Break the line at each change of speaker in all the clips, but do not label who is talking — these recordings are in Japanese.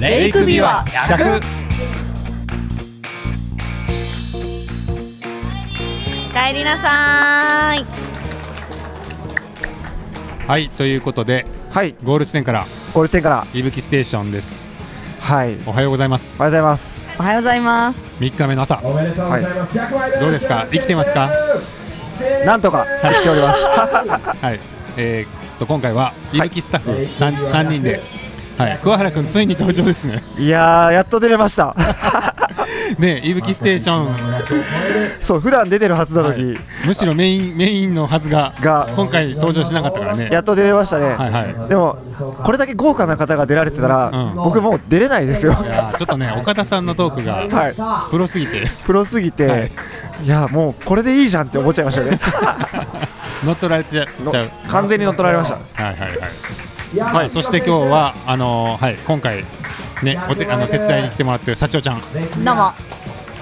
レイクビュア
100
おかえりなさーい
はいということで
はい
ゴール地点から
ゴール地点から
いぶきステーションです
はいおはよう
おはようございます
ございます
おはようございます
3日目の朝
おめでとうございます。
どうですか生きてますか
なんとか生きております
はいえーっと今回はいぶきスタッフ
はい
3, 3人で、はい、桑原君ついに登場ですね
いやーやっと出れました
ねえいぶきステーション、
そう普段出てるはずなのに、
はいむしろメインメインのはずが
が
今回登場しなかったからね
やっと出れましたね、
はいはいい
でもこれだけ豪華な方が出られてたら、
うん
僕もう出れないですよ
やーちょっとね岡田さんのトークが
はい
プロすぎて
プロすぎて、
はい
い、やもうこれでいいじゃんって思っちゃいましたね
乗っ取られちゃ
の
ちゃう
完全に乗っ取られました
はいはいはいはい、そして今日はあのーはい今回ねお手あの手伝いに来てもらってる社長ちゃん来
どうも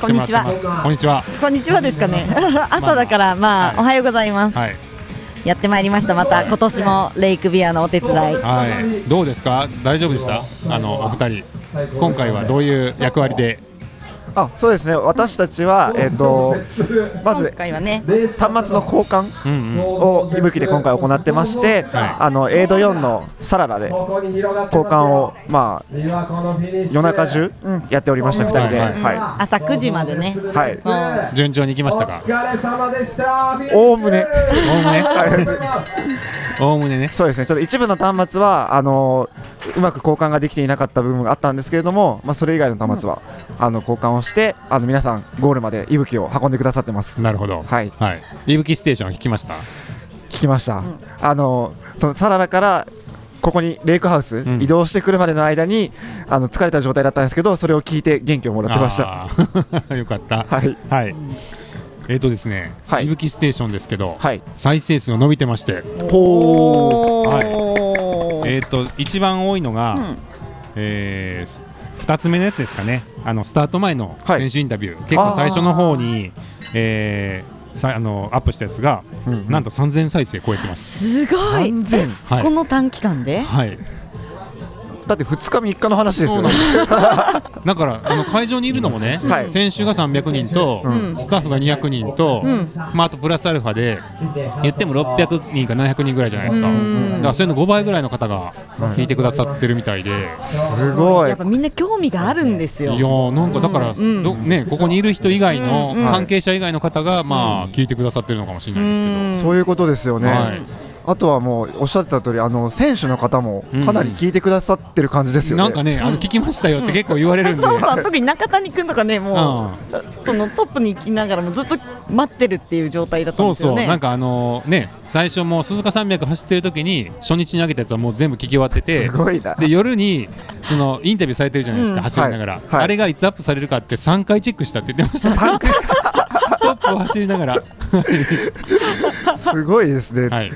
こ
て
ん
も
に
らっ
ち
てま
は
す。こんにちは。
こんにちはです かね朝だからまあ、
はい
おはようございます、
はい
やってまいりましたまた今年もレイクビアのお手伝い
はいどうですか大丈夫でしたあのお二人今回はどういう役割で
あそうですね私たちはえっ、とま
今
ず
回はね
端末の交換
うんうん
を息吹で今回行ってまして、
はい
あのエイド4のサラダで交換をまあ夜中中やっておりました2人で、
は
はいい
朝9時までね
はい
そう
順調に行きましたか
お疲れ様でした。
おおむね
おおむねおおむねね
そうですねちょっと一部の端末はあのうまく交換ができていなかった部分があったんですけれども、まあ、それ以外の端末は、あの交換をしてあの皆さんゴールまで息吹を運んでくださってます
なるほど
はい
はいいぶきステーション聞きました
聞きました、あのそのサラダからここにレイクハウス、
ん
移動してくるまでの間にあの疲れた状態だったんですけどそれを聞いて元気をもらってました
あー よかった
はい
はいえっとですね
はい
いぶきステーションですけど
はい
再生数が伸びてまして
ほ
お
はい
ー
えっと一番多いのが
うん
えー2つ目のやつですかねあのスタート前の
はい
選手インタビュー、結構最初の方にえーさあのアップしたやつが、
うんうん
なんと3000再生超えてます。
すごい
安全
はい
この短期間で
はい、
だって2日3日の話ですよね
だからあの会場にいるのもね、
はい
選手が300人と、
ん
スタッフが200人と、
うん
まあ、あとプラスアルファで言っても600人か700人ぐらいじゃないですか、
うん
だからそういうの5倍ぐらいの方が聞いてくださってるみたいで、
すご
や
い
っぱみんな興味があるんですよ
いやーなんかだから、
ん
どね、ここにいる人以外の、
うんうん
関係者以外の方が、まあ、聞いてくださってるのかもしれないですけど。
うん
そういうことですよね、
はい
あとはもうおっしゃってた通りあの選手の方もかなり聞いてくださってる感じですよね、
なんかね、あの聞きましたよって結構言われるんで、
そうそう特に中谷君とかねもう、そのトップに行きながらもずっと待ってるっていう状態だったん
そう
ですよ
そう、
ね
なんかあのね、最初もう鈴鹿山脈走ってる時に初日に上げたやつはもう全部聞き終わってて
す、ごいな
で夜にそのインタビューされてるじゃないですか、
うん
走りながら、
はいはい
あれがいつアップされるかって3回チェックしたって言ってました。3回 トップを走りながら、
すごいです ね、
はい、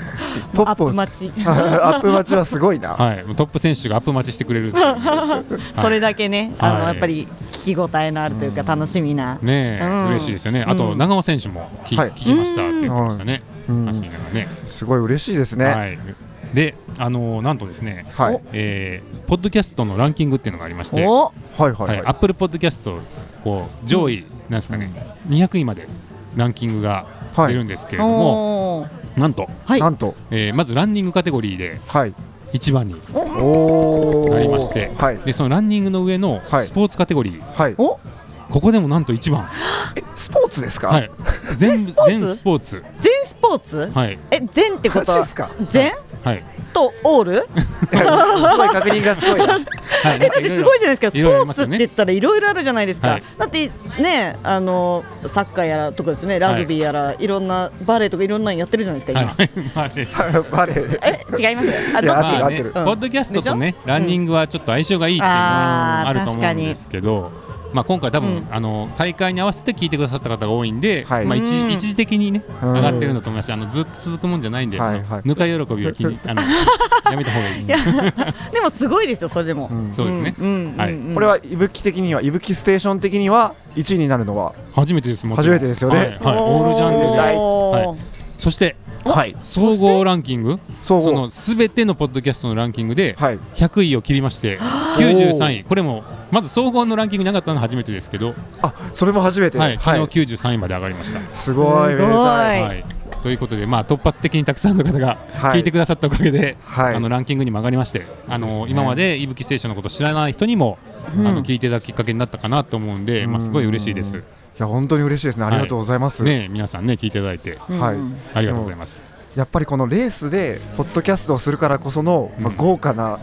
ト
ア
ップ
ッ
を
プ待ち
アップ待ちはすごいな、
はい、もうトップ選手がアップ待ちしてくれるっていう
それだけね、
はい
あのやっぱり聞き応えのあるというか楽しみな、
ねえ、
うん
嬉しいですよね。あと、
うん
長尾選手も聞,、
はい
聞きましたって言ってましたね。
うん
走りながらね。
すごい嬉しいですねはい、
はい。で、あのーなんとですね、
はい
えーポッドキャストのランキングっていうのがありまして、
お
はいはい
はい、アップルポッドキャストこう上位なんですかね、200位までランキングが出るんですけれども、
おー
なんと、
はい
なんと
えーまずランニングカテゴリーで
はい
1番に
おー
なりまして、
はい
でそのランニングの上の
はい
スポーツカテゴリー、
はい
お
ここでもなんと1番、
えスポーツですか、
はい、全部
ポーツ
全スポーツ、
全スポーツ、
はい
え全ってこと
マジ
は
っすか
全
はい、
とオール
いや すごい確認がす ごいな
はい、
えだってすごいじゃないですかス
い
ポ
ろいろあり
ー
ます
ツっ
よ
て
ね
言ったらいろいろあるじゃないですか、
はい
だってねあのサッカーやらとかですねラグビーやら、い、ろんなバレーとかいろんなのやってるじゃないですか今、
はい、まあね
バレー
え違いますあ
いや
どっち
合
まあね
ってる合ってる
ポッドキャストとね
でしょ
ランニングはちょっと相性がいいっていうのもあると思うんですけど、まあ、今回多分、
うん
あの大会に合わせて聞いてくださった方が多いんで、
はい
まあ、一
うん
時一時的にね
うん
上がってるんだと思いますしあのずっと続くもんじゃないんで、
はい
あの
はい
ぬか喜びは気にあのやめた方がいいです。
でもすごいですよそれでも、
ん
そうですね、
うんうんうん
はい
うん
これは伊吹的には伊吹ステーション的には1位になるのは
初めてですもちろん
初めてですよね
はいはいオールジャンルで、
おー
はいそして
はい
総合ランキング
総合
そのすべてのポッドキャストのランキングで
はい
100位を切りまして93位これもまず総合のランキングになかったのは初めてですけど、
あそれも初めて
はい、昨日93位まで上がりました。
すごい
すごい
めでたい
は
はいということで、まあ、突発的にたくさんの方が
はい
聞いてくださったおかげで、
はい
あのランキングにも上がりましてあの、
ですね
今まで伊吹聖書のこと知らない人にも、
うん
あの聞いていただくきっかけになったかなと思うんで、まあ、すごい嬉しいで
うん
す
い。や本当に嬉しいですねありがとうございます、
ねえ、皆さんね聞いていただいて
うん
はい
ありがとうございます。
やっぱりこのレースでポッドキャストをするからこその、まあ、
うん
豪華な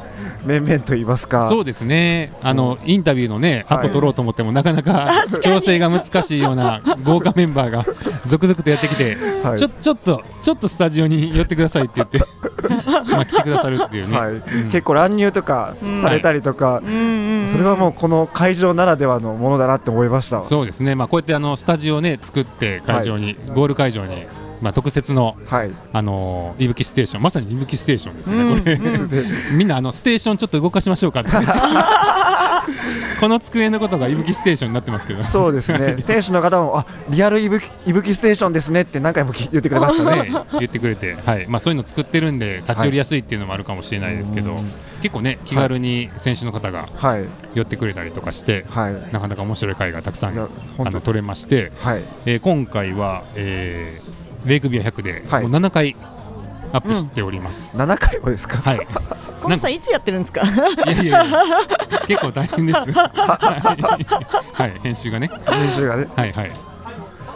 面々といいますか、
そうですね。あのインタビューのね
はい
アポ取ろうと思ってもなかなか調整が難しいような豪華メンバーが続々とやってきて、
はい
ちょちょっとちょっとスタジオに寄ってくださいって 言ってまあ来てくださるっていうね。
は
う
い
ん
結構乱入とかされたりとか、それはもうこの会場ならではのものだなって思いました
そうですね。まあこうやってあのスタジオをね作って会場に、ゴール会場にまあ特設の
はい
あのー、いぶきステーションまさにいぶきステーションですよね、
うん
これ、 みんなあのステーションちょっと動かしましょうかってこの机のことがいぶきステーションになってますけど
そうで すね選手の方もあリアルいぶきいぶきステーションですねって何回もき言ってくれ ましたね
ね言ってくれて、はいまあ、そういうの作ってるんで立ち寄りやすいっていうのもあるかもしれないですけど、
うん
結構ね気軽に選手の方が
はい
寄ってくれたりとかして、
はい
なかなか面白い回がたくさん
いや
あ
本当
の取れまして、
はい
えー今回は、えーレイクビア100で
はい
もう7回アップしております。
7回もですか、
はい、
こ
な
の
んか
さんいつやってるんですか
いやいやいや結構大変です。はい、はい編集がね。
練習がね
はいはい。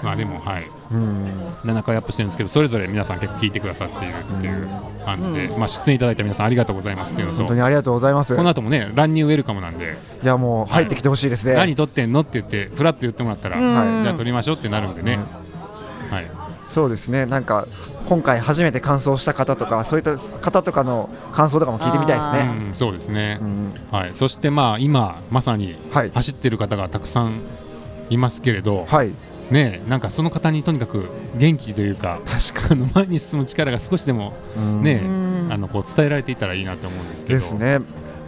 まあでもはい。
うん
7回アップしてるんですけどそれぞれ皆さん結構聞いてくださっているっていう感じで、まあ、出演いただいた皆さんありがとうございますっていうの
本
と
当にありがとうございます
この後もね乱入ウェルカムなんで
いやもう入ってきてほしいですね、
何撮ってんのって言ってフラッと言ってもらったら、
うん
じゃあ撮りましょうってなるんでね、はい、
そうですねなんか今回初めて完走した方とかそういった方とかの感想とかも聞いてみたいです
あ
ね
うん、そうですね、
うん
はい、そしてまあ今まさに
はい
走ってる方がたくさんいますけれど、
はい
ねえなんかその方にとにかく元気というか
確
あの前に進む力が少しでも
うん
ねえ、
うん
あのこう伝えられていたらいいなと思うんですけど
ですね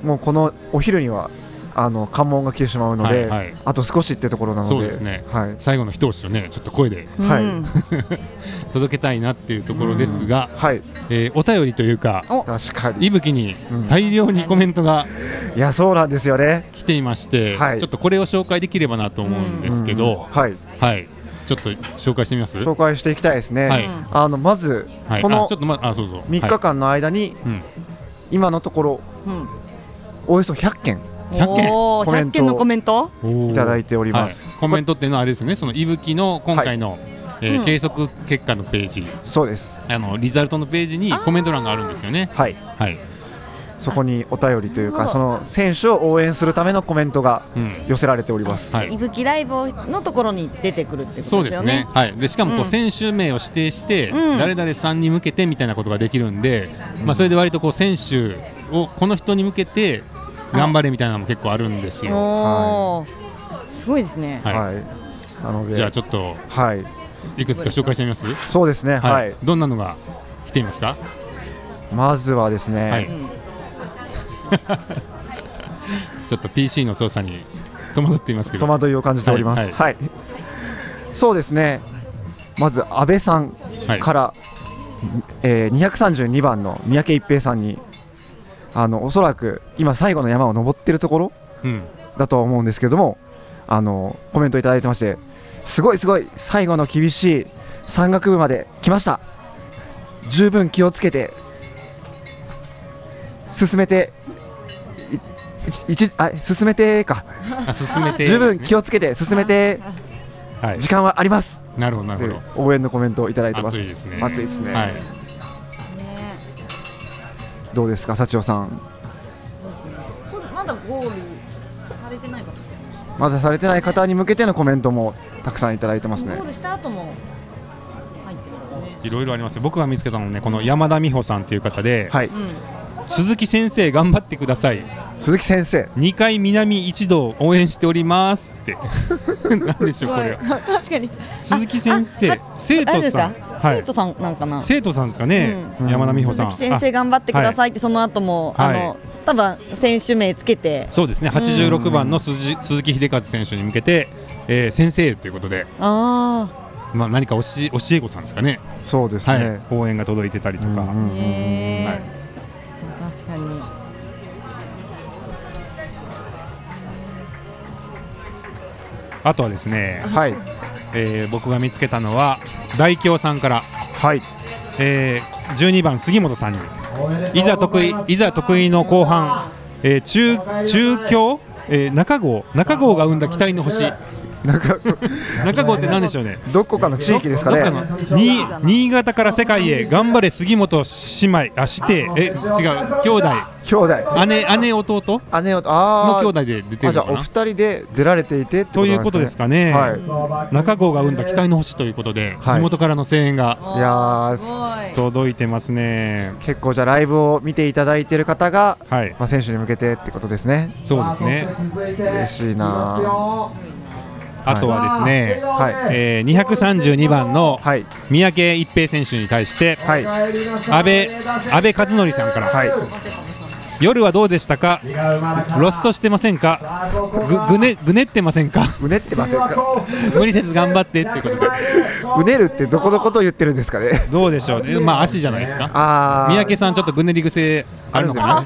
もうこのお昼にはあの関門が来てしまうので、
はいはい
あと少しってところなので
そうですね
はい、
最後の一押しをねちょっと声で
はい
うん
届けたいなっていうところですが、
はい、
えーお便りというか
お
確かに
いぶきに
うん
大量にコメントが
いやそうなんですよね
来ていまして、
はい
ちょっとこれを紹介できればなと思うんですけど、
うんはい
はいちょっと紹介してみます
紹介していきたいですね、
はい
あのまず、
はい、
こ
あ
の
ちょっとまあそうそう
3日、間の間に、
はい
今のところ
うん
およそ100件
100件
おー
コメ
100
ント
件のコメント
うん
いただいております、
はいコメントっていうのはあれですねそのいぶきの今回の、えー
うん
計測結果のページ
そうです
あのリザルトのページにコメント欄があるんですよね
はい
はい、
そこにお便りという
な
か
る
そ
ほ
の選手を応援するためのコメントが
うん
寄せられております、
はい
いぶきライブのところに出てくるってこ
そう
とで
ですす
よ
ね
ね。
はい、でしかもこ
う
うん選手名を指定して、
うん
誰々さんに向けてみたいなことができるんで、まあ、それで割とこう選手をこの人に向けて頑張れみたいなのも結構あるんですよ。
おお、すごいですね。
はい
はいなので
じゃあちょっと
はい
いくつか紹介してみます、は
そうですねはい、
どんなのが来ていますか、
まずはですね、
はい
ん
ちょっと PC の操作に戸惑っていますけ
戸
ど
惑いを感じております。
はい
はい、そうですね。まず安倍さん
はい
から、えー232番の三宅一平さんにあのおそらく今最後の山を登ってるところ
うん、
だとは思うんですけどもあのコメントいただいてましてすごいすごい最後の厳しい山岳部まで来ました十分気をつけて進めていいちあ進めてか
あ進めて、
十分気
を、
をつけて進めて
はい
時、間はあります
なるほどな
とい
る
う
ほ
応援のコメントをいただいて
ど
ます
熱いですね
暑いですね
はい、
どうですか幸男さん
まだゴールされてないか
まだされてない方に向けてのコメントもたくさんいただいてますね
ルした後も入ってるからね。
いろいろありますよ僕が見つけたのねこの山田美穂さんという方で、
はい
鈴木先生頑張ってください
鈴木先生
二階南一同応援しておりますって なんでしょうこれは
はい。 確かに。
鈴木先
あ
生
あ
生
あれ
徒
です
さ
か
んはい
生徒さんなんかな。
生徒さんですかね、
うん
山田美穂
鈴
さん
木先生頑張ってくだ
い、は
さいってその後もあ
はい
の多分選手名つけて
い。そうですね86番の鈴木鈴木秀和選手に向けて、えー先生ということで
あ
まあ、何か教え教え子さんですかね
そうです
はい
ね、
応援が届いてたりとか、
うんうん
へ
はい
ー確かに
あとはですね、
はい
えー僕が見つけたのは大京さんから、
はい
えー12番杉本さんにい
い
ざ
ざ
得
得
意
意、
い
い
ざ
ざ
得
得
意
意
の
の
後
後
半
半。、
えー中中京、えー中郷中郷が生んだ期待の星
なんか
中郷って何でしょうね。
どこかの地域ですか
どっか
ね
のに新潟から世界へ頑張れ杉本姉妹あしてえ違う兄弟
兄弟
姉姉弟
姉をあ
の
ー
兄弟で出て
あ
る
じ
の
ゃあ
か
お
な
二人で出られていてって
ということです
か
かね。
はい
中郷が生んだ期待の星ということで、
はい
地元からの声援が
いやー
すごい
届いてますね。
結構じゃあライブを見ていただいている方が、
はい、
まあ、選手に向けてってことですね
そうですね。
嬉
しいな
あとはですね、
は
えー、232番の
はい
三宅一平選手に対して、
はい
安倍安倍和則さんから、
はい
夜はどうでしたか、ロストしてませんか、ぐぐねぐねってませんか、
うねってませんか
無理せず頑張ってっていうことで、
うねるってどこのことを言ってるんですかね
どうでしょう、でまあ足じゃないですか。
ああ
三宅さんちょっとぐねり癖あるのか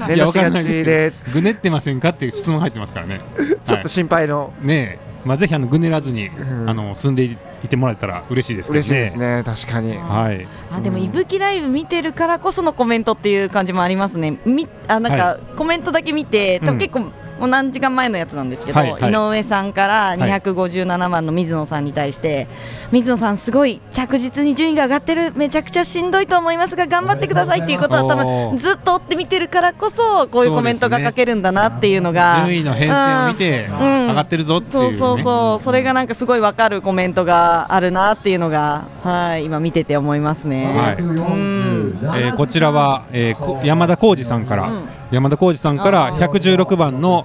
な。
連
いや
打
わ
し
から
が
ない
ち
です
で
けどぐねってませんかっていう質問入ってますからね。
ちょっと心配の、
はいねえ、まあぜひあのぐねらずに、
ん
あの住んでいてもらえたら嬉しいですけどね。
嬉しいですね確かに
はい。
あでもいぶきライブ見てるからこそのコメントっていう感じもありますね。みあなんか、
は
コメントだけ見て、多
うん
分結構もう何時間前のやつなんですけど、
はいはい
井上さんから
い
257番の水野さんに対して、水野さんすごい着実に順位が上がってるめちゃくちゃしんどいと思いますが頑張ってくださいっていうことは多
おー
分ずっと追って見てるからこそこういうコメントが書けるんだなっていうのが
順位の変遷を見て
うんうん
上がってるぞっていう、
そ
ね。
うそうそう、それがなんかすごいわかるコメントがあるなっていうのが、はい、今見てて思いますね。
はい。
うん、
えーこちらは、えーこ山田浩二さんから、
うん
山田浩二さんから116番の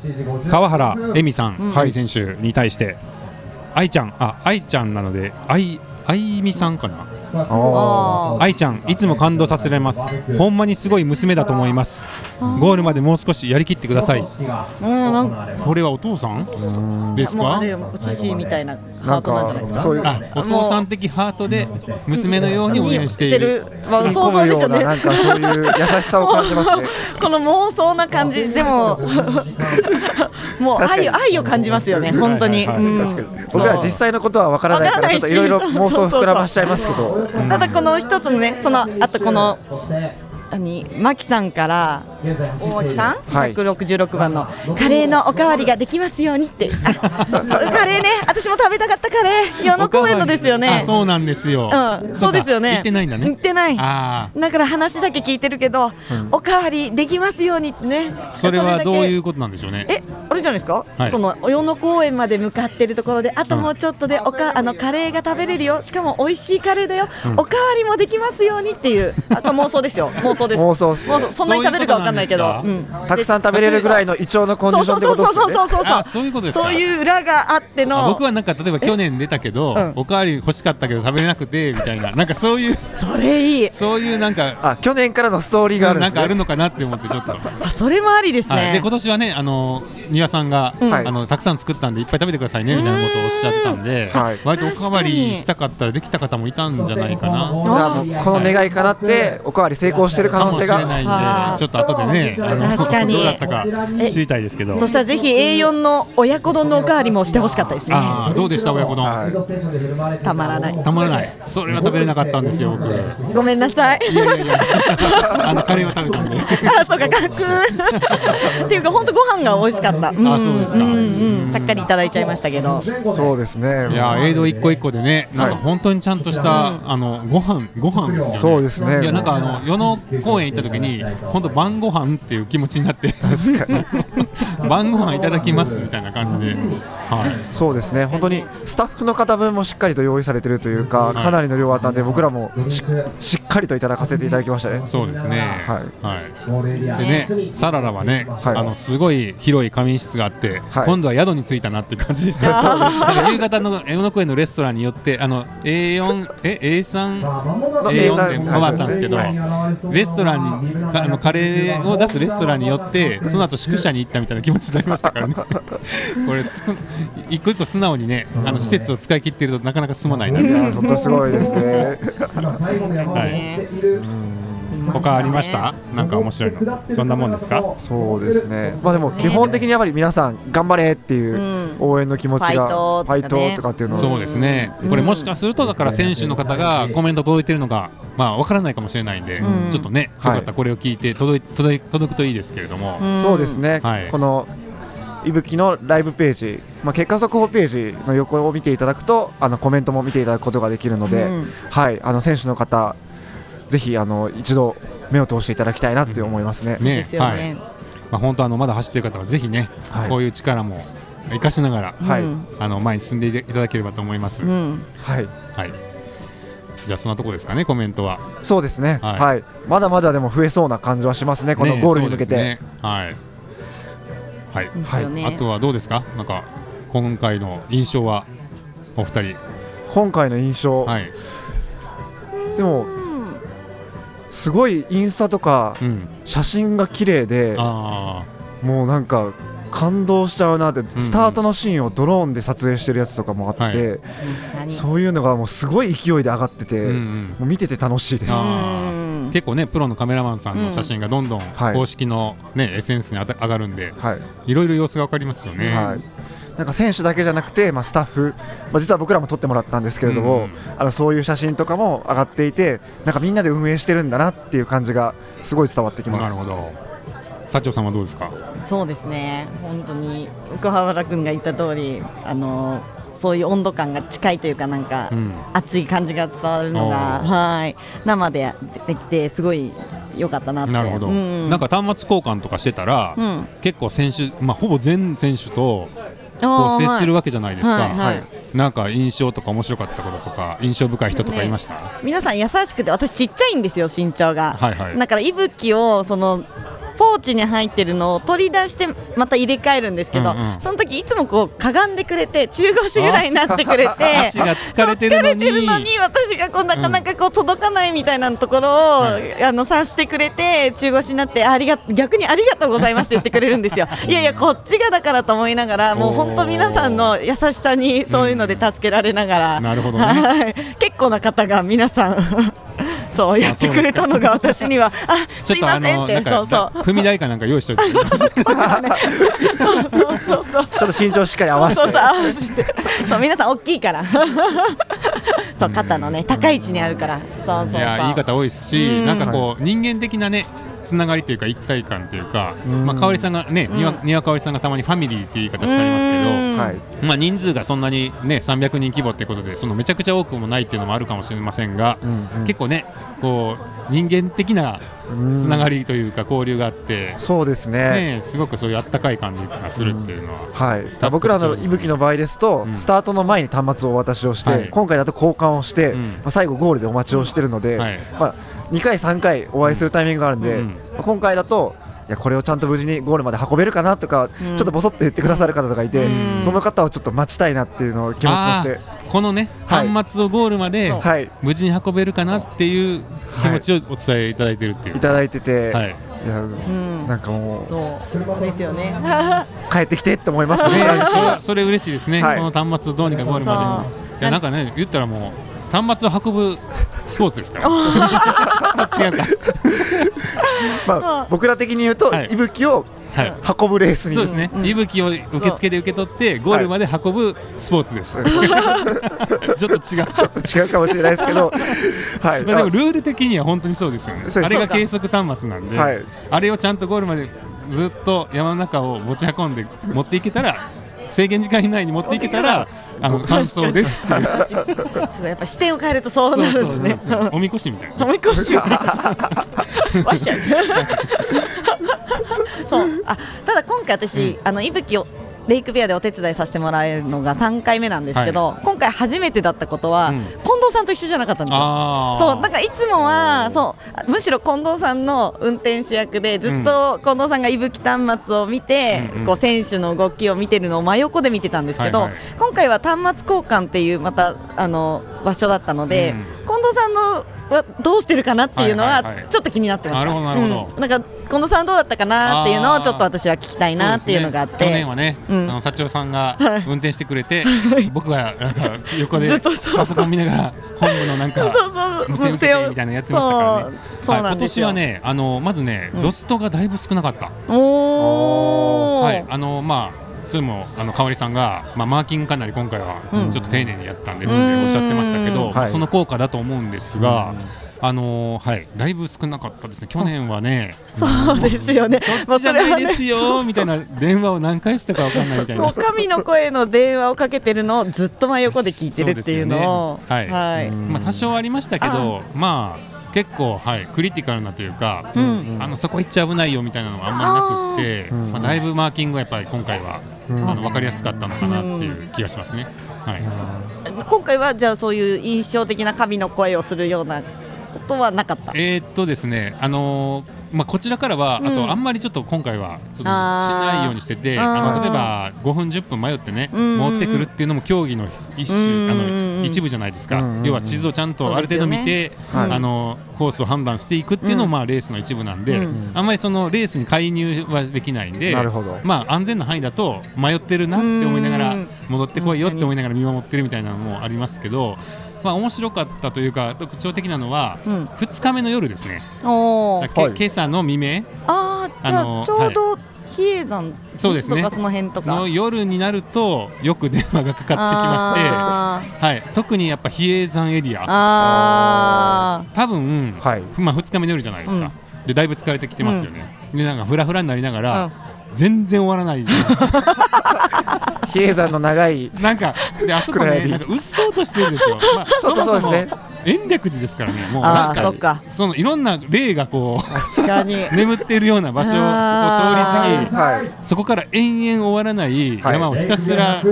川原恵美さん、
うん
恵美選手に対して、愛ちゃん、あ愛ちゃんなので、愛愛美さんかな、
お
愛ちゃん、いつも感動させられます、ほんまにすごい娘だと思います、ゴールまでもう少しやりきってください、
もうなんか、
これはお父さんです
もうあ
か
れよ、父みたいなハ
な
ー
ん
トなんじゃない
か
ですか。
そういう
あお父さん的ハートで娘のように応援している。
まあ、想像です
よ
よ
うな
ね。
なんか そういう優しさを感じますね
この妄想な感じ、で も。もう
確かに
愛を、愛を感じますよね、本当に。
はいはいはい
うん
確かに僕ら実際のことは分からないか
わから
ら
な
ちょ
い
っ
し
といろいろ妄想膨らましちゃいますけど
ただこの一つのね、その、あとこの、何、マキさんから。大木さん、
はい
166番のカレーのおかわりができますようにって、 あカレーね、私も食べたかったカレー、世野公園のですよ
あ
ね。
そうなんですよ。
うん、そうですよね。
行ってないんだね。
行ってない。
あ
だから話だけ聞いてるけど、おかわりできますようにってね。。
あ、それはどういううことなんでしょうね。
え、あれじゃないですか。
はい
その与野公園まで向かってるところで、あともうちょっとでおか、あのカレーが食べれるよ。しかも美味しいカレーだよ。おかわりもできますようにっていう。あと妄想です よ。妄想です。
妄想っすね
妄想そんなに食べるかわかんないけど。
そういう
うん
たくさん食べれるぐらいの胃腸のコンデ
そ
ィ
う
ショ
そ
ン
う
って
そう
こと
そうそ
ですよね
うそう
あそういうことですか
そういう裏があって
あ
の。
僕はなんか例えば去年出たけど、
うん
おかわり欲しかったけど食べれなくてみたいななんかそういう
それいい。
そういうなんか
あ去年からのストーリーがあるんで
な
す
んかある
ね
のかなって思ってちょっと。は
あ、それもありです
い、
ね
で。今年はね、あの丹羽さんが、
ん
あのたくさん作ったんでいっぱい食べてくださいねみたいなことをおっしゃってたんで、
うんはい
割とおかわりしたかったらできた方もいたんじゃないかな
じゃあもうこの願いかなっておかわり成功してる可
か
能
もし
性
れ
が
ないんで
あー
ちょっと後でねあの
確かに
どうだったか知りたいですけど
そしたらぜひ A4 の親子丼のおかわりもしてほしかったですね。
ああどうでした親子丼、
はい
たまらない
たまらないそれは食べれなかったんですよ僕いや
ごめんなさい。
いやいや あのカレーは食べたんで
あ、そうか、ガク。っていうか、本当ご飯が美味しかった。ん
あそうですか
うんうん、ちゃっかりいただいちゃいましたけど。
そうですね
いやー映像一個一個でね、なんか本当にちゃんとした、あのご飯ご飯ですよね。
そうですね
いやなんかあの与野公園行った時に本当晩ご飯っていう気持ちになって、晩ご飯いただきますみたいな感じで、はい。
そうですね本当にスタッフの方分もしっかりと用意されてるというかかなりの量あったんで僕らもししっかりといただかせていただきましたね
そうですね。
はい
はい。でね、サララはね、
はい
あのすごいい広い仮眠室があって、
はい
今度は宿に着いたなっていう感じでした。だから夕方の江ノ公園のレストランによってあの A4 え A3
A4
A4
点
で
回ったんですけど
レ
レ
ス
ス
ト
ト
ラ
ラ
ン
ン
に
に
あ
あ
の
の
カ
カ
レ
レ
ー
ー
を
を
出
出
す
す
レ
レ
ス
ス
ト
ト
ラ
ラ
ン
ン
に
に
よ
よ
っ
ってて
そ
そ
の
の
後
後
宿
宿
舎
舎
に
に
行ったみたいな気持ちになりましたからねこれす一個一個素直にねあの施設を使い切ってるとなかなか進まないな、
いや本当すごいですね。
他ありましたなんか面白いのそんなもんですか
そうですね。まあでも基本的にやっぱり皆さん頑張れっていううん応援の気持ちが、
ファイトとかね
ファイトとかっていうの
そうですね、これもしかするとだから選手の方がコメント届いてるのがまあわからないかもしれないんで、
うん
ちょっとねよ
は
か
い
ったらこれを聞いて届い届い届くといいですけれども、
ん
そうですね、
はい
このいぶきのライブページ、まあ、結果速報ページの横を見ていただくとあのコメントも見ていただくことができるので、
うん
はい、あの選手の方ぜひあの一度目を通していただきたいなって思いますね。
ね
ですよ
は
ね
い。まあ、本当あのまだ走ってる方はぜひね、
はい
こういう力も生かしながら、
はい
うん
あの前に進んでいただければと思います、
うん
はい、
はいじゃあそんなとこですかねコメントは
そうですね、
は
はいいまだまだでも増えそうな感じはしますね、この
ね
ゴールに向けて。
そうですねはいはい、
ですよね
あとはどうですかなんか今回の印象はお二人
今回の印象、
はい
でも
うん
すごいインスタとか
うん
写真が綺麗で、
あ
もうなんか感動しちゃうなって、
ん
スタートのシーンをドローンで撮影してるやつとかもあって、
は
確かに
そういうのがもうすごい勢いで上がってて、
ーうん
もう見てて楽しいです。
あ
は
ー
うん
結構ねプロのカメラマンさんの写真がどんどん
はい
公式の、ね SNS にあた上がるんで
い、
いろいろ様子が分かりますよね。
はいなんか選手だけじゃなくて、まあ、スタッフ、まあ、実は僕らも撮ってもらったんですけれども、
うん
あのそういう写真とかも上がっていてなんかみんなで運営してるんだなっていう感じがすごい伝わってきます。
なるほど。社長さんはどうですか。
そうですね本当に福原君が言った通りあのそういう温度感が近いというかなんか、
うん
熱い感じが伝わるのが
おー
はい生でできてすごい良かったなって
なるほど。
うん、
なんか端末交換とかしてたら、
うん
結構選手、まあほぼ全選手とこ
あー
う接する
はい
わけじゃないですか。
はいはい
なんか印象とか面白かったこととか印象深い人とかいました。
皆さん優しくて私ちっちゃいんですよ身長が、
はいはい
だから息吹をそのポーチに入ってるのを取り出してまた入れ替えるんですけど、
うんうん
その時いつもこうかがんでくれて中腰ぐらいになってくれて
足が疲れてるのに
そう疲れてるのに私がこうなかなかこう届かないみたいなところを、
はい
あの察してくれて中腰になってありが逆にありがとうございますって言ってくれるんですよいやいやこっちがだからと思いながらもう本当皆さんの優しさにそういうので助けられながら、
なるほどね
はい結構な方が皆さん そうやってくれたのが私にはあすいませんっ
な
て
んか
そう そう
踏み台かなんか用意しておい て。
そうそうそうそう
ちょっと身長しっかり合わせ
そ
て
うそう合わせてそう皆さん大きいから そう肩のね高い位置にあるからそ
い
うそうそう
や言い方多いですし、
うん
なんかこう人間的なね。つながりというか一体感というか、
ん
まあ、香織さんがね、にわ、にわかおりさんがたまにファミリーっていう言い方してありますけど。
うん
はい
まあ、人数がそんなに、ね、300人規模ってことでそのめちゃくちゃ多くもないっていうのもあるかもしれませんが、
うんうん
結構ねこう人間的なつながりというか交流があって、
そうですね
ね、すごくそういうあったかい感じがするっていうのは、
はい、僕らの
そうですね
いぶきの場合ですと、
うん
スタートの前に端末をお渡しをして、
はい
今回だと交換をして、
うん
まあ、最後、ゴールでお待ちをしてるので、
はい
まあ、2回、3回お会いするタイミングがあるんで、
うん
まあ今回だと、いやこれをちゃんと無事にゴールまで運べるかなとか、
うん
ちょっとぼそっと言ってくださる方とかいて、
うん
その方をちょっと待ちたいなっていうのを気持ちとして、
あーこのね
はい
端末をゴールまで
そう
はい、
無事に運べるかなっていう気持ちをお伝えいただいてるっていう。
いただいてて、
はいい
や
ん
なんかもう、
そうですよね。
帰ってきてって思いますね。
ね、そ れそれ嬉しいですね、
はい
この端末をどうにかゴールまでいやなんかね言ったらもう端末を運ぶスポーツですからちょ っと違うか
まあ、僕ら的に言うと、
はい
いぶきを
はい
運ぶレースに
そうですね、息吹を受付で受け取ってゴールまで運ぶスポーツです、 ちょっと違う
違うかもしれないです けど、はい、
まあでもルール的には本当にそうですよね
そうです
あれが計測端末なんで、
はい
あれをちゃんとゴールまでずっと山の中を持ち運んで持っていけたら制限時間以内に持っていけたらあの完走 ですっていう
そうやっぱ視点を変えるとそうなるんです
そうそうそうそう
ね。
おみこしみたいな
おみこし。わ っしゃい。そう。あ、ただ今回私、あのいぶきを。レイクビアでお手伝いさせてもらえるのが3回目なんですけど、今回初めてだったことは、
うん
近藤ささんと一緒じゃなかったんですよ。
ああ
そうなんかいつもはそうむしろ近藤さんの運転手役でずっと近藤さんが伊吹端末を見て、
うんうん
こう選手の動きを見てるのを真横で見てたんですけど、
はいはい
今回は端末交換っていうまたあの場所だったので、
う
近藤さんのはどうしてるかなっていうの
はいはい
は
はい
ちょっと気になってまし
な
た。
るほどなるほど
うんなんか近藤さんどうだったかなっていうのをちょっと私は聞きたいなっていうのがあって、
そうですね去年はね、
うん
あの社長さんが
はい
運転してくれて、僕がなんか横
ず
で
っとそうそう
パソコン見ながら本部のなんか
そうそう
無線受けてみたいなのやってましたからね。
そうそう
は、
ない
今
んです
年
よ
はね、あのまずね、
うん
ロストがだいぶ少なかった。
おお、
はい、あのまあ。それもあの香織さんが、まあ、マーキングかなり今回は
うん
ちょっと丁寧にやったんで、っておっしゃってましたけ
うん
ど、
はい
その効果だと思うんですが、あのはい、だいぶ少なかったですね、去年はね、
そうですよね。
そっちじゃないです
もう
よみたいな電話を何回したかわかんないみた
そ
い
れはね。も
な
う。神の声の電話をかけてるのをずっと真横で聞いてるっていうのを
そ、ですよねはい
はい
まあ多少ありましたけど、まあ結構はいクリティカルなというか、
うん
あのそこ行っちゃ危ないよみたいなのはあんまりなくって、
あー
まあだいぶマーキングがやっぱり今回は、
うん
あのわかりやすかったのかなっていう気がしますね。はい。
今回はじゃあそういう印象的な神の声をするようなことはなかった。
えーっとですね、あのーまあ、こちらからは、
うん
あとあんまりちょっと今回はちょっとし
あー
ないようにしてて
あー
あの例えば5分10分迷ってね、
うんうんうん
戻ってくるっていうのも競技の一種、
うんうんうん
あの一部じゃないですか、
うんうんうん
要は地図をちゃんとある程度見て、
はい
あのコースを判断していくっていうのも、
うん
まあ、レースの一部なんで、
うん
あんまりそのレースに介入はできないんで。
なるほど
まあ、安全な範囲だと迷ってるなって思いながら
うん
戻ってこいよって思いながら見守ってるみたいなのもありますけど、まあ、面白かったというか特徴的なのは、
うん。
2日目の夜ですね、
おお
だ。け
はい
今朝の未明
ああ、じ
あ
ゃあ
の
ちょうど比叡山
そうですね
とかその辺とか
の。夜になるとよく電話がかかってきま
あ
して、はい、特にやっぱ比叡山エリ
ー
ア
あ
多分、
はい
まあ、2日目の夜じゃないですか、でだいぶ疲れてきてますよね、でなんかフラフラになりながら、
うん
全然終わらないじゃないで すか
比叡山の長い
なんかであそこ
暗
ね
闇
なんかうっそうとしてるでしょ、まあ、
ちょっと そうですね
も延暦寺ですからねもう
あ
な
ー
んか
そっか
そのいろんな霊がこ
ー。確かに。
う眠っているような場所をこう通り過ぎ
はい
そこから延々終わらない
はい
山をひたすら、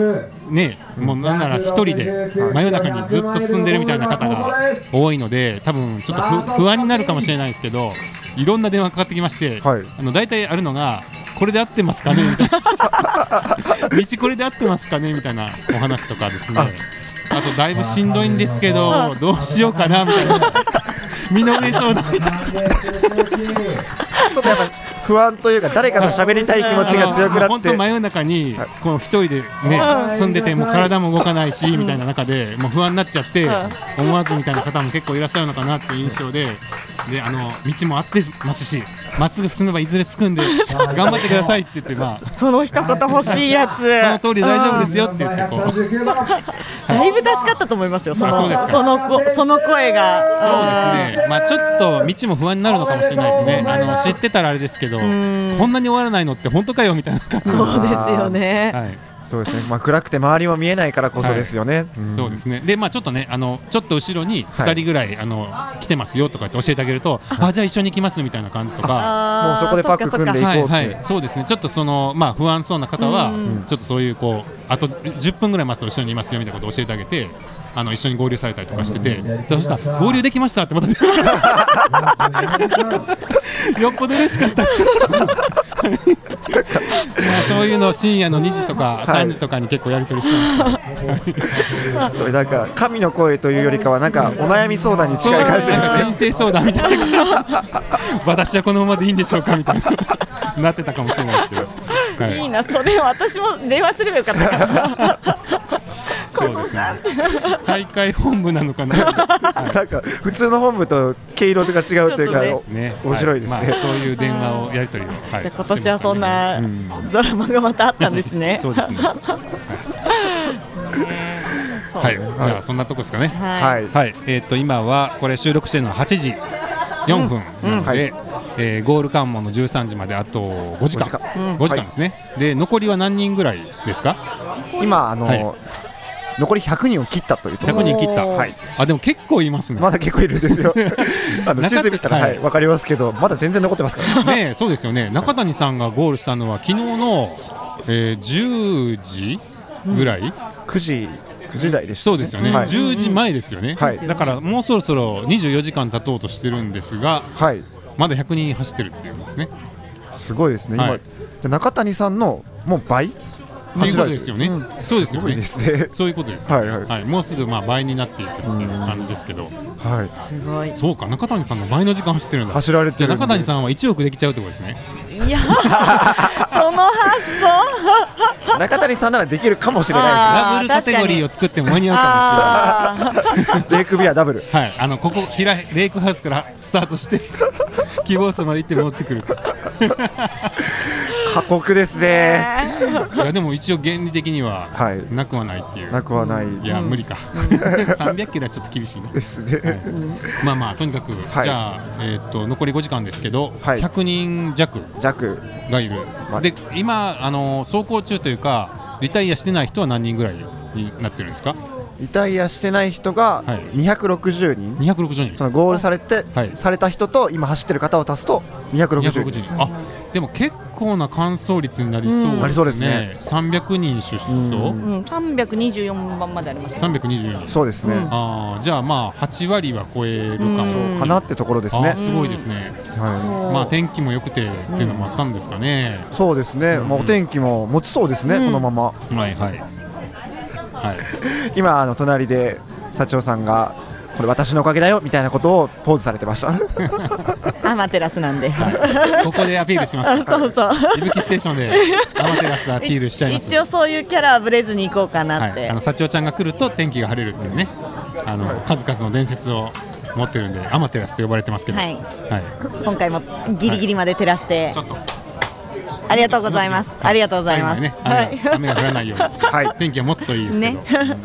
ね、もうなんなら一人で真夜中にずっと進んでるみたいな方が多いので、多分ちょっと不不安になるかもしれないですけど、いろんな電話かかってきまして、
はい
あの大体あるのが、これで合ってますかねみたい な、道これで合ってますかねみたいなお話とかですね、あとだいぶしんどいんですけど、どうしようかなみたい な、身の上相談みたいな。
ちょっとやっぱ不安というか誰かと喋りたい気持ちが強くな
本
っ
当
て
真夜中に
はい
こう一人でね住んでてもう体も動かないしみたいな中でもう不安になっちゃって思わずみたいな方も結構いらっしゃるのかなっていう印象で。であの道も合ってますしまっすぐ進めばいずれ着くんで頑張ってくださいって言って、まあ、そ
その一言欲しいや つ。
の通りで大丈夫ですよって言ってこう
だいぶ助かったと思いますよ。そ
あそう
の
ですか
そのこその声が。
そうですね、まあ、ちょっと道も不安になるのかもしれないですねあの知ってたらあれですけどこ
ん
んなに終わらないのって本当かよみたいな感じ、
そうですよね。
はい、
そうですねまあ暗くて周りも見えないからこそですよね、うん
そうですね。で、まあちょっとね、あのちょっと後ろに
はい
2人ぐらい、あの来てますよとかって教えてあげると、あじゃあ一緒に行きますみたいな感じとか。
もう
あー
そこでパック組んでい
そっかそっか
こうって、
はいはい、そうですね。ちょっとそのまあ不安そうな方は、ちょっとそういうこうあと10分ぐらい待つと一緒にいますよみたいなことを教えてあげて、あの一緒に合流されたりとかしてて、でそしたら合流できましたってまた出てくるか ら。よっぽど嬉しかった。 まあそういうのを深夜の2時とか3時とかに結構やり取りしてます。
すごいなんか神の声というよりかはなんかお悩み相談に
そう
近
ないん
感じです
か人生相談みたいな私はこのままでいいんでしょうかみたいななってたかもしれないですけど、はい
いな、それ私も電話すればよかったか
そうですね大会本部なのかなは
なんか普通の本部と毛色が違うというか
そうで
いですね
面白いですね、
はまあ、そういう電話をやり取りを、はい
ら。じゃあ今年はそんなドラマがまたあったんですね。
そうですね
そう
はい、じゃあそんなとこですかね
は。
はいい、
はい、えっ、と今はこれ収録してるのは8時4分なので、えーゴール関門の13時まであと5時間、5時
5時間
間,、
うんはい
ですね。で残りは何人ぐらいですか？
今あの、
はい
残り100人を切ったというところ
100人切った。
おー
はい
あでも結構いますね。
まだ結構いるんで すよあの
中
地図見たら、は
はいい
わかりますけどまだ全然残ってますから
ねえそうですよね。中谷さんがゴールしたのは昨日の、えー10時ぐらい、
9時9 9時台でした、
そうですよね、
はい
10時前ですよね、
はい
だからもうそろそろ24時間経とうとしてるんですが、
はい
まだ100人走ってるっていうんですね。
すごいですね今、
はい
じゃあ中谷さんのもう倍
という
走
こ
ら
と
れ
で
てる
すよね、
ん
そうですよ
ごい
ね
ですね
そういうことですよね、
はいはい
もうすぐまあ倍になっていくっていう感じですけど、
はい
すごい。
そうか、中谷さんの倍の時間走ってるんだ、
走られてる
じゃ
ん
あ
で
中谷さんは1億できちゃうってことですね、
いや、その発想。
中谷さんならできるかもしれな
ダ
あー
ブルカテゴリーを作っても間に合うか
ああ、
いですねレイクビアダブル
もしれない、はい、あのここひら、レイクハウスからスタートして、 希望数まで行って戻ってくる、
過酷ですね
いやでも一応、原理的には
はい
なくはないっていう、
なくはない
いや、無理か、300キロは ちょっと厳しいね。
ですね、
まあまあとにかく、
はい
じゃあ、えー、と残り5時間ですけど、
はい
100人弱
弱
がいる、
まあ
で今、あのー走行中というかリタイアしてない人は何人ぐらいになってるんですか
リタイアしてない人が
はい
260人、
260
そ
人
のゴールされて、
はい
された人と今走ってる方を足すと260
260
人
人あでも結構な完走率になりそうですね,、
うんな
りそうですね
300人出
う
走
うん、三百二十四番までありました。
324人
そうですね、
うん
あーじゃあまあ8割は超えるかも
うん
かなってところです
あ
ね
ー、すごいですね、
は
まあ天気も良くてっていうのもあったんですかね、
い、そうですね、
ん
まあ、お天気も持ちそうですね、
うん
このまま
はいはいはい
今あの隣で社長さんがこれ私のおかげだよみたいなことをポーズされてました
アマテラスなんで。
はいここでアピールします
あ
か。
そうそう。
いぶきステーションでアマテラスアピールしちゃいます。
一応そういうキャラはぶれずに行こうかなっ
はい、
て。
あの社長ちゃんが来ると天気が晴れるっていうね、あの数々の伝説を持ってるんでアマテラスと呼ばれてますけど、
はい
は
今回もギリギリまで照らして、
いちょっと
ありがとうございます。ありがとうございます。
最後ま
は
でね、雨が雨
い。
が降らないように、
はい
天気が持つといいですけど。
ね
うん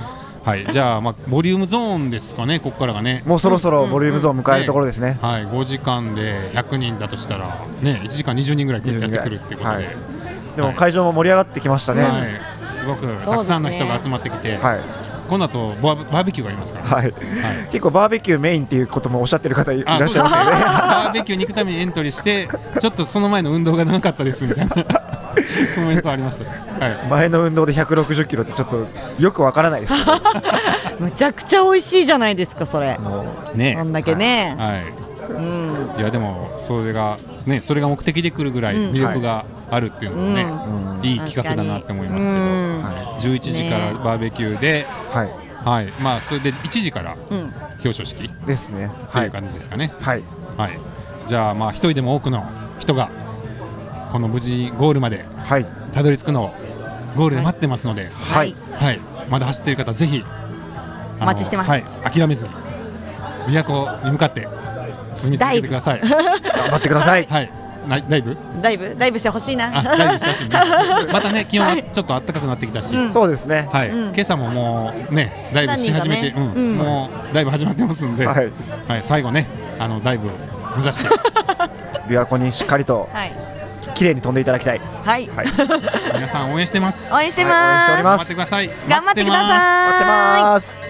はい、じゃあまあボリュームゾーンですかね、ここからがね。
もうそろそろボリュームゾーンを迎えるところですね、
はい、5時間で100人だとしたら、ね、1時間20人ぐらいやってくるっていうことで、
はいでも会場も盛り上がってきましたね、
は、
はい
すごくたくさんの人が集まってきて、
い、
この後バーバーベキューがありますから、
はい
はい
結構バーベキューメインっていうこともおっしゃってる方いら
あ
っ
そう
しゃいますよね
バーベキューに行くためにエントリーして、ちょっとその前の運動が長かったですみたい なコメントありました。はい
前の運動で160キロってちょっとよくわからないですけど
むちゃくちゃ美味しいじゃないですかそれ。
もう
ね
こんだけね。
はい、
うん。
いやでもそれがねそれが目的で来るぐらい魅力があるっていうのもね、
うん
いい企画だなって思いますけど、
うん
はい、11時からバーベキューで、
はい
はい、まあそれで1時から
うん。
表彰式って
ですねはいいう
感じですかね。
はい
はい、じゃあまあ一人でも多くの人がこの無事ゴールまで
はい
たどり着くのをゴールで待ってますので、
は
はいい
はい、まだ走っている方ぜひあの
お待ちしてます
はい、諦めずに琵琶湖に向かって進み続けてくだ さい。
頑張ってください
はい、なダイブ？
ダイブダイブしてほしい
あ、
な。
ダイブ久しぶりね。またね気温はちょっと暖かくなってきたし。
そうですね
はい、
うん
今朝ももうねダイブし始めて、
何人か
うん
ねうん
もうダイブ始まってますんで、
はい
はい、最後ねあのダイブを目指 して
琵琶湖にしっかりと
はい
綺麗に飛んでいただきたい
はい。
はい
皆さん応援してます。
応援して
はい応援しており
ま
ます
頑張っ
す。
てください。
頑張ってくだ
待ます
待って
さい。
ます